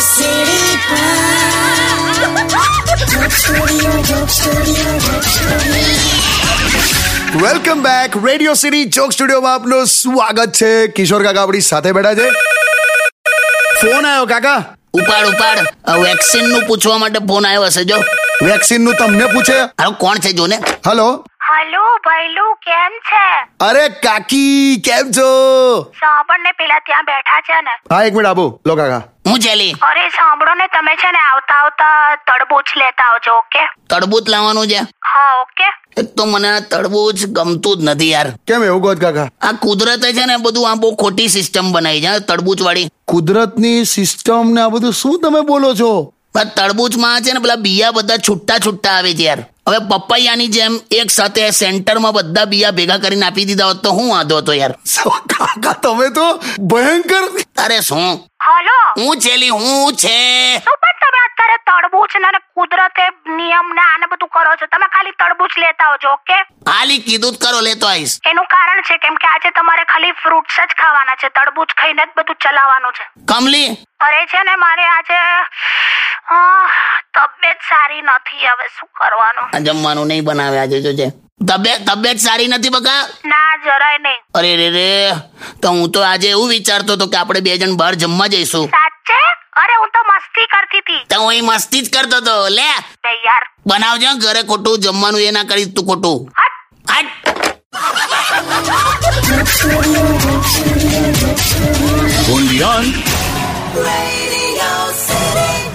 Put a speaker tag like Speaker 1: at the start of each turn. Speaker 1: સીડી
Speaker 2: welcome back radio city ચોક સ્ટુડિયોમાં આપનું સ્વાગત છે કિશોર કાકા આપણી સાથે બેઠા છે ફોન આવ્યો કાકા
Speaker 3: ઉપાડ ઉપાડ વેક્સિન નું પૂછવા માટે ફોન આવ્યો હશે જો
Speaker 2: વેક્સિન નું તમને પૂછે
Speaker 3: હાલો કોણ છે જોને
Speaker 2: હલો
Speaker 4: હલો ભૈલું કેમ છે
Speaker 2: અરે કાકી કેમ છો
Speaker 4: સાંભળ ને પેલા ત્યાં બેઠા છે ને
Speaker 2: હા એક મિનિટ આપો લો કાકા
Speaker 3: હું જેલી
Speaker 4: અરે સાંભળો ને તમે છે ને આવતા આવતા તડબૂચ લેતા આવજો ઓકે
Speaker 3: તડબૂચ લાવવાનું છે
Speaker 4: હા ઓકે
Speaker 3: એક તો મને આ તડબૂચ ગમતું જ નથી યાર
Speaker 2: કેમ એવું કહો છો કાકા
Speaker 3: આ કુદરતે છે ને બધું આ બહુ ખોટી સિસ્ટમ બનાવી છે તડબૂચ વાળી
Speaker 2: કુદરતની સિસ્ટમ ને આ બધું શું તમે બોલો છો
Speaker 3: આ તડબૂચમાં છે ને પેલા બીયા બધા છૂટા છૂટા આવે છે યાર હવે પપૈયાની જેમ એક સાથે સેન્ટરમાં બધા બીયા ભેગા કરીને આપી દીધા હોત તો હું વાંધો હતો યાર
Speaker 2: કાકા તમે તો ભયંકર
Speaker 3: અરે શું
Speaker 4: હલો
Speaker 3: હું છેલી હું છે
Speaker 4: શું પણ તમે અત્યારે તડબૂચ ને અને કુદરતે નિયમ ને આને બધું કરો છો તમે ખાલી તડબૂચ લેતા આવજો ઓકે
Speaker 3: હાલી કીધું જ કરો લેતો આવીશ
Speaker 4: એનું કારણ છે કેમ કે આજે તમારે ખાલી ફ્રૂટ્સ જ ખાવાના છે તડબૂચ ખાઈને જ બધું ચલાવવાનું છે
Speaker 3: કમલી
Speaker 4: અરે છે ને મારે આજે આહ, તબિયત સારી નથી હવે શું કરવાનું
Speaker 3: આ જમવાનું નહીં બનાવે આજે જોજે તબિયત તબિયત સારી નથી બકા
Speaker 4: ના જરાય નહીં
Speaker 3: અરે રે રે તો હું તો આજે એવું વિચારતો હતો કે આપણે બે જણ બહાર જમવા જઈશું
Speaker 4: સાચે અરે હું તો મસ્તી કરતી હતી
Speaker 3: તો હું અહીં મસ્તી જ કરતો હતો લે
Speaker 4: બે યાર
Speaker 3: બનાવજો હં ઘરે ખોટું જમવાનું એ ના કરીશ તું ખોટું
Speaker 4: હટ
Speaker 3: હટ
Speaker 1: Radio City.